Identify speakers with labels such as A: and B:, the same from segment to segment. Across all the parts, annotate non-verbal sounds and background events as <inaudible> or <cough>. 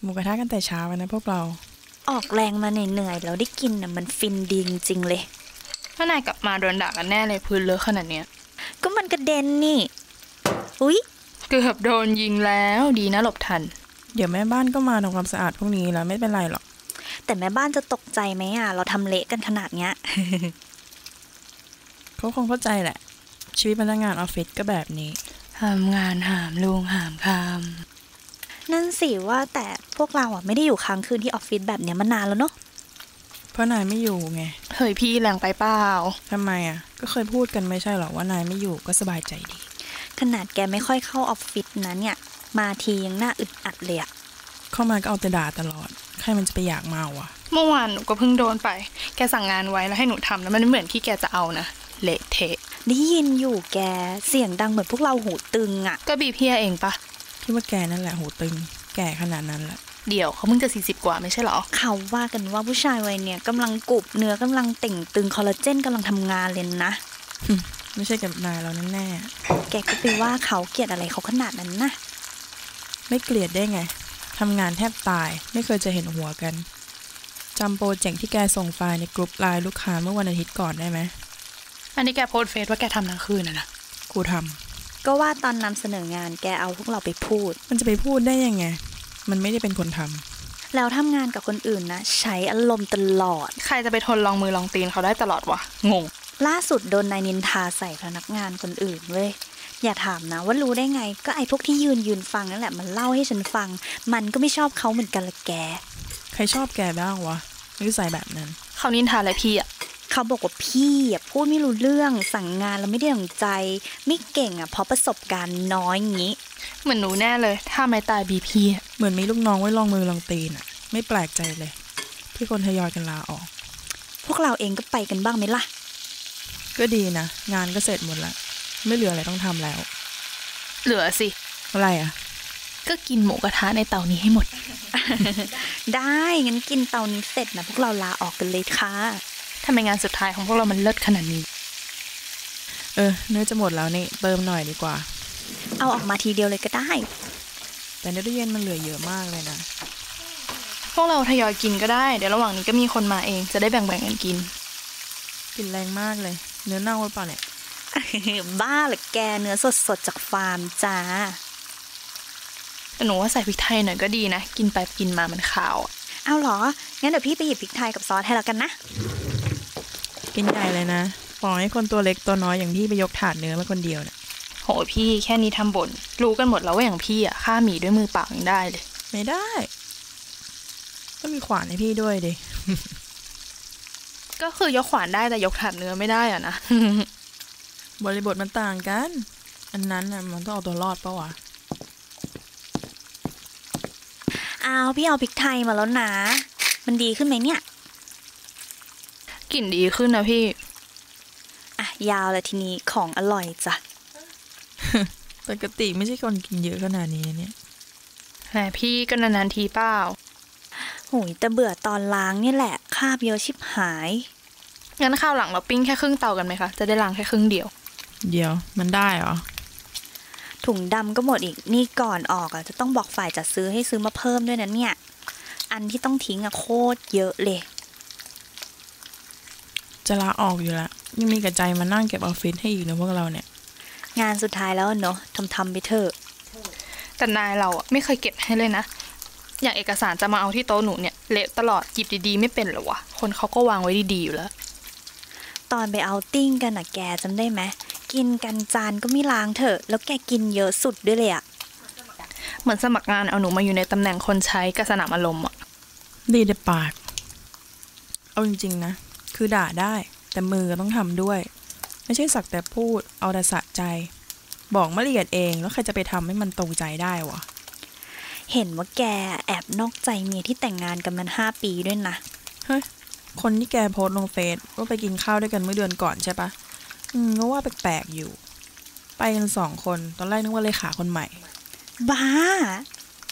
A: หมูกระทะกันแต่เช้าเลยนะพวกเรา
B: ออกแรงมาเหนื่อยๆแล้วได้กินน่ะมันฟินดีจริงๆเลย
C: ถ้านายกลับมาโดนด่ากันแน่เลยพื้นเลอะขนาดเนี้ย
B: ก็มันกระเด็นนี่ อุ๊ย
C: เกือบโดนยิงแล้วดีนะหลบทัน
A: เดี๋ยวแม่บ้านก็มาทำความสะอาดพวกนี้แล้วไม่เป็นไรหรอก
B: แต่แม่บ้านจะตกใจไหมอ่ะ เราทำเละกันขนาดเนี้ย
A: เขาคงเข้าใจแหละ ชีวิตพนักงานออฟฟิศก็แบบนี้
C: หามงานหามลุงหามคาม
B: นั่นสิว่าแต่พวกเราอ่ะไม่ได้อยู่ค้างคืนที่ออฟฟิศแบบเนี้ยมานานแล้วเนาะ
A: เพราะนายไม่อยู่ไง
C: เฮ้ยพี่แรงไปเปล่า
A: ทำไมอ่ะ ก็เคยพูดกันไม่ใช่หรอว่านายไม่อยู่ก็สบายใจดี
B: ขนาดแกไม่ค่อยเข้าออฟฟิศนะเนี่ย มาทียังหน้าอึดอัดเลยอ่ะ
A: เข้ามาก็เอาแต่ด่าตลอด ใครมันจะไปอยากเมาอ่ะ
C: เมื่อวานหนูก็เพิ่งโดนไป แกสั่งงานไว้แล้วให้หนูทำแล้วมันไม่เหมือนที่แกจะเอานะเละเทะ
B: ได้ยินอยู่แกเสียงดังเหมือนพวกเราหูตึงอ่ะ
C: ก็บีบเพียเองปะ
A: พี่ว่าแกนั่นแหละหูตึง แก่ขนาดนั้นแหละ
C: เดี๋ยวเขาเพิ่งจะ 40 กว่าไม่ใช่เหรอ
B: เขาว่ากันว่าผู้ชายวัยเนี่ยกำลังกรุบเนื้อกำลังเต่งตึงคอลลาเจนกำลังทำงานเลยนะ
A: ไม่ใช่กับนายเราแน่
B: แกก็ไปว่าเขาเกลียดอะไรเขาขนาดนั้นนะ
A: ๆไม่เกลียดได้ไงทำงานแทบตายไม่เคยจะเห็นหัวกันจำโปรเจกต์ที่แกส่งไฟล์ในกลุ่มไลน์ลูกค้าเมื่อวันอาทิตย์ก่อนได้ไหม
C: อันนี้แกโพสต์เฟซว่าแกทำทั้งคืนนะนะ
A: กูทำ
B: ก็ว่าตอนนำเสนองานแกเอาพวกเราไปพูด
A: มันจะไปพูดได้ยังไง มันไม่ได้เป็นคนทำ
B: แล้วทำงานกับคนอื่นนะ ใช้อารมณ์ตลอด
C: ใครจะไปทนลองมือลองตีนเขาได้ตลอดวะงง
B: ล่าสุดโดนนายนินทาใส่พนักงานคนอื่นเว้ย อย่าถามนะว่ารู้ได้ไง ก็ไอ้พวกที่ยืนยืนฟังนั่นแหละมันเล่าให้ฉันฟัง มันก็ไม่ชอบเขาเหมือนกันละแก
A: ใครชอบแกบ้างวะนิสัยแบบนั้น
C: เขานินทาอะไรพี่อะ
B: เขาบอกว่าพี่อ่ะพูดไม่รู้เรื่องสั่งงานแล้วไม่ได้ดังใจ ไม่เก่งอ่ะเพราะประสบการณ์น้อยอย่างงี้
C: เหมือนหนูแน่เลยถ้าไม่ตายบีบเพีย
A: เหมือนมีลูกน้องไว้ลองมือลองตีนอะไม่แปลกใจเลย ที่คนทยอยกันลาออก
B: พวกเราเองก็ไปกันบ้างไหมล่ะ
A: ก็ดีนะ งานก็เสร็จหมดละ ไม่เหลืออะไรต้องทำแล้ว
C: เหลือสิ
A: อะไรอะ
C: ก็กินหมูกระทะในเตานี้ให้หมด
B: ได้งั้นกินเตานี้เสร็จนะพวกเราลาออกกันเลยค่ะ
C: ทำไมงานสุดท้ายของพวกเรามันเลิศขนาดนี้
A: เออ เนื้อจะหมดแล้วนี่เติมหน่อยดีกว่า
B: เอาออกมาทีเดียวเลยก็ได้
A: แต่เนื้อตู้เย็นมันเหลือเยอะมากเลยนะ
C: พวกเราทยอยกินก็ได้ เดี๋ยวระหว่างนี้ก็มีคนมาเอง จะได้แบ่งๆกันกิน
A: กลิ่นแรงมากเลย เนื้อเน่าหรือเปล่าเนี่ย
B: <laughs> บ้าเหรือแกเนื้อสดๆจากฟาร์มจ้า
C: แต่หนูว่าใส่พริกไทยหน่อยก็ดีนะ กินไปกินมามันขาวอะ
B: เอาเหรอ งั้นเดี๋ยวพี่ไปหยิบพริกไทยกับซอสให้แล้วกันนะ
A: กินใหญ่เลยนะปล่อยให้คนตัวเล็กตัวน้อยอย่างพี่ไปยกถาดเนื้อมาคนเดียวเนี่ย
C: โหพี่แค่นี้ทำบ่น รู้กันหมดแล้วว่าอย่างพี่อะฆ่าหมีด้วยมือเปล่ายังได้เลย
A: ไม่ได้ก็มีขวานให้พี่ด้วยดิ
C: ก็คือยกขวานได้แต่ยกถาดเนื้อไม่ได้อะนะ <laughs>
A: บริบทมันต่างกัน อันนั้นน่ะมันต้องเอาตัวรอดปะวะ
B: เอาพี่เอาพริกไทยมาแล้วนะ มันดีขึ้นไหมเนี่ย
C: กลิ่นดีขึ้นนะพี่
B: อ่ะ ยาวแล้วทีนี้ของอร่อยจ้ะ
A: ปกติไม่ใช่คนกินเยอะขนาดนี้เนี่ย
C: แหมพี่ก็นานๆทีเปล่า
B: หุยแต่เบื่อตอนล้างเนี่ยแหละคราบเยอะชิบหาย
C: งั้นข้าวหลังเราปิ้งแค่ครึ่งเตากันไหมคะ จะได้ล้างแค่ครึ่งเดียว
A: เดี๋ยวมันได้เหรอ
B: ถุงดำก็หมดอีก นี่ก่อนออกอ่ะจะต้องบอกฝ่ายจัดซื้อให้ซื้อมาเพิ่มด้วยนะเนี่ย อันที่ต้องทิ้งอ่ะโคตรเยอะเลย
A: จะลาออกอยู่ละยังมีกระใจมานั่งเก็บออฟฟิศให้อีกนะพวกเราเนี่ย
B: งานสุดท้ายแล้วอะเนาะทำๆไปเถอะ
C: แต่นายเราอะไม่เคยเก็บให้เลยนะ อย่างเอกสารจะมาเอาที่โต๊ะหนูเนี่ยเละตลอดหยิบดีๆ ไม่เป็นเหรอวะ คนเขาก็วางไว้ดีๆอยู่แล้ว
B: ตอนไปเอาท์ติ้งกันอะแกจำได้ไหมกินกันจานก็ไม่ล้างเถอะ แล้วแกกินเยอะสุดด้วยเลยอะ
C: เหมือนสมัครงานเอาหนูมาอยู่ในตำแหน่งคนใช้กับสนามอารมณ์อะ
A: ดีแต่ปาก เอาจริงๆนะ คือด่าได้ แต่มือก็ต้องทำด้วย ไม่ใช่สักแต่พูด เอาแต่สะใจ บอกมาละเอียดเองแล้วใครจะไปทำให้มันตรงใจได้วะ
B: เห็นว่าแกแอบนอกใจเมียที่แต่งงานกันมันห้าปีด้วยนะ
A: เฮ้ย คนที่แกโพสต์ลงเฟซว่าไปกินข้าวด้วยกันเมื่อเดือนก่อนใช่ปะอืมก็ว่าแปลกๆอยู่ ไปกันสองคนตอนแรกนึกว่าเลขาคนใหม่
B: บ้า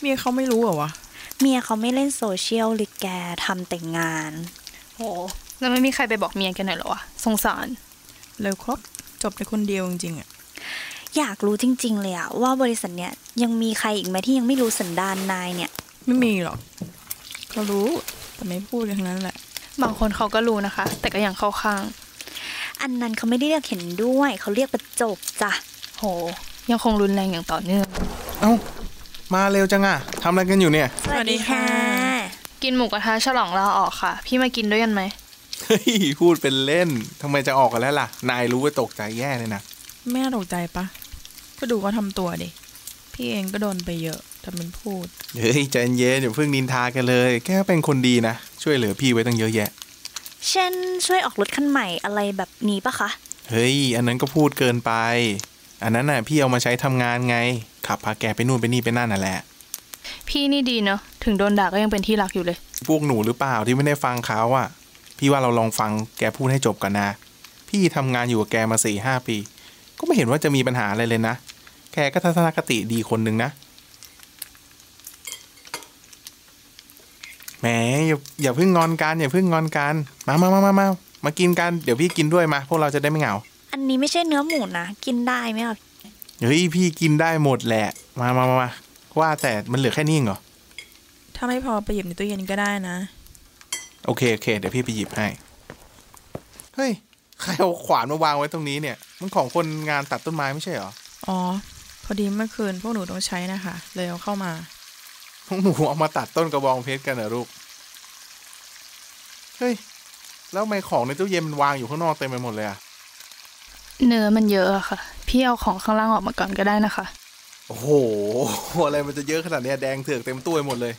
A: เมียเขาไม่รู้เหรอวะ
B: เมียเขาไม่เล่นโซเชียลหรือแกทำแต่งงาน
C: โอ้แล้วไม่มีใครไปบอกเมียแกหน่อยเหรอวะสงสาร
A: เร็วครบ จบในคนเดียวจริงๆอะ
B: อยากรู้จริง ๆ เลยอะว่าบริษัทเนี้ยยังมีใครอีกไหมที่ยังไม่รู้สันดานนายเนี่ย
A: ไม่มีหรอกเขารู้แต่ไม่พูดเลยทั้งนั้นแหละ
C: บางคนเขาก็รู้นะคะ แต่ก็ยังเข้าข้าง
B: อันนั้นเขาไม่ได้เรียกเห็นด้วย เขาเรียกประจบจ้ะ
C: โห ยังคงรุนแรงอย่างต่อเนื่อง
D: เอ้า มาเร็วจังอะทำอะไรกันอยู่เนี่ย
B: สวัสดีค่ะ
A: สวัสดีค่
C: กินหมูกระทะฉลองลาออกค่ะ พี่มากินด้วยกันไหม
D: เฮ้ย พูดเป็นเล่น ทำไมจะออกกันแล้วล่ะ นายรู้ว่าตกใจแย่เลยนะ
A: แม่ตกใจปะก็ดูเขาทำตัวดิ พี่เองก็โดนไปเยอะแต่เป็นพูด
D: เฮ้ยใจเย็นอย่าเพิ่งนินทากันเลย แกก็เป็นคนดีนะ ช่วยเหลือพี่ไว้ตั้งเยอะแยะ
B: เช่น ช่วยออกรถคันใหม่อะไรแบบนี้ปะคะ
D: เฮ้ย อันนั้นก็พูดเกินไป อันนั้นน่ะพี่เอามาใช้ทำงานไง ขับพาแกไปนู่นไปนี่ไปนั่นน่ะแหละ
C: พี่นี่ดีเนาะ ถึงโดนด่าก็ยังเป็นที่รักอยู่เลย
D: พวกหนูหรือเปล่าที่ไม่ได้ฟังเขาอะพี่ว่าเราลองฟังแกพูดให้จบกันนะ พี่ทำงานอยู่กับแกมาสี่ห้าปี ก็ไม่เห็นว่าจะมีปัญหาอะไรเลยนะ แกก็ทัศนคติดีคนหนึ่งนะ แหมอย่าอย่าเพิ่งงอนกันอย่าเพิ่งงอนกัน มามามามามามากินกัน เดี๋ยวพี่กินด้วยมา พวกเราจะได้ไม่เหงา
B: อันนี้ไม่ใช่เนื้อหมูนะกินได้ไหมคะ
D: เฮ้ยพี่กินได้หมดแหละ มามามามาว่าแต่มันเหลือแค่นี้เองเหรอ
A: ถ้าไม่พอไปหยิบในตู้เย็นก็ได้นะ
D: โอเค โอเค เดี๋ยวพี่ไปหยิบให้ เฮ้ย ใครเอาขวานมาวางไว้ตรงนี้เนี่ย มันของคนงานตัดต้นไม้ไม่ใช่เหรอ
A: อ๋อ พอดีเมื่อคืนพวกหนูต้องใช้นะคะเลยเอาเข้ามา
D: พวกหนูเอามาตัดต้นกระบองเพชรกันเหรอลูก เฮ้ย แล้วทำไมของในตู้เย็นมันวางอยู่ข้างนอกเต็มไปหมดเลยอะ
C: เนื้อมันเยอะอะค่ะ พี่เอาของข้างล่างออกมาก่อนก็ได้นะคะ
D: โอ้โห อะไรมันจะเยอะขนาดเนี้ยแดงเถือกเต็มตู้ไปหมดเลย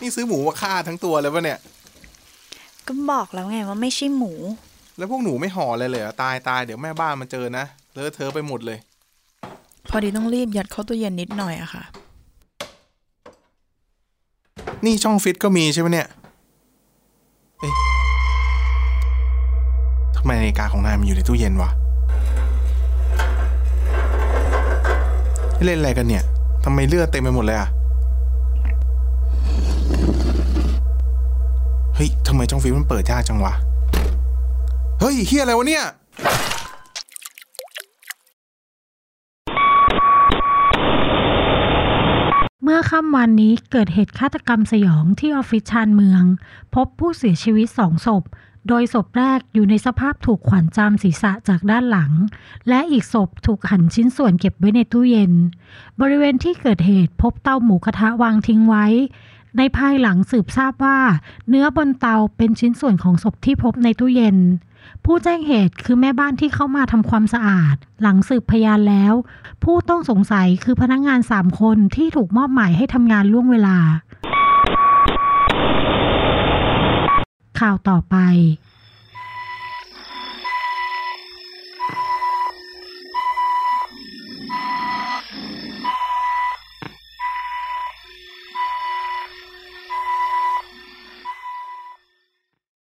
D: นี่ซื้อหมูมาฆ่าทั้งตัวเลยปะเนี่ย
B: ก็บอกแล้วไงว่าไม่ใช่หมู
D: แล้วพวกหนูไม่ห่อเลยเลยเหรอตายตายเดี๋ยวแม่บ้านมาเจอนะ เลอะเทอะไปหมดเลย
A: พอดีต้องรีบยัดเข้าตู้เย็นนิดหน่อยอะค่ะ
D: นี่ช่องฟิตก็มีใช่ไหมเนี่ยเอ๊ะทำไมนาฬิกาของนายมันอยู่ในตู้เย็นวะ เล่นอะไรกันเนี่ย ทำไมเลือดเต็มไปหมดเลยอ่ะ เฮ้ย ทำไมช่องฟิตมันเปิดยากจังวะ เฮ้ยเฮียอะไรวะเนี่ย
E: เมื่อค่ำวันนี้เกิดเหตุฆาตกรรมสยองที่ออฟฟิศชานเมือง พบผู้เสียชีวิตสองศพ โดยศพแรกอยู่ในสภาพถูกขวานจามศีรษะจากด้านหลัง และอีกศพถูกหั่นชิ้นส่วนเก็บไว้ในตู้เย็น บริเวณที่เกิดเหตุพบเตาหมูกระทะวางทิ้งไว้ ในภายหลังสืบทราบว่า เนื้อบนเตาเป็นชิ้นส่วนของศพที่พบในตู้เย็น ผู้แจ้งเหตุคือแม่บ้านที่เข้ามาทำความสะอาด หลังสืบพยานแล้ว ผู้ต้องสงสัยคือพนักงาน 3 คนที่ถูกมอบหมายให้ทำงานล่วงเวลา ข่าวต่อไป